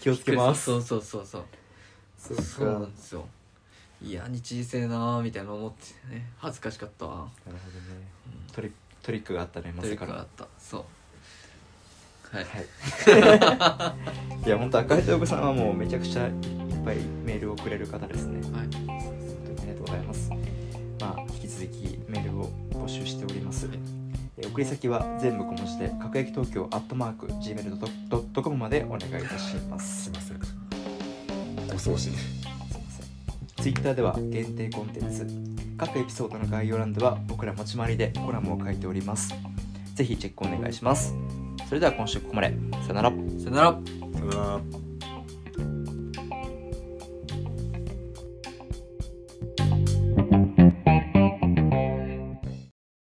A: 気をつけます
C: そうそうそうそう
A: そ
C: そうなんですよいや日時制なーみたいな思ってね恥ずかしかったわ
A: なるほどねトリトリックがあったねま
C: とい
A: さ
C: う
A: かの
C: かだ
A: は
C: ったそうはい
A: い いや本当赤い豊子さんはもうめちゃくちゃいっぱいメールをくれる方ですね
C: はい
A: 本当にありがとうございます。まあ、引き続きメールを募集しております。え送り先は全部小文字で、各駅東京アットマーク gmail.com までお願いいたします
B: すい。ませんご送信
A: すいません。 Twitter では限定コンテンツ各エピソードの概要欄では僕ら持ち回りでコラムを書いておりますぜひチェックお願いしますそれでは今週ここまでさよなら
C: さよなら
B: さよなら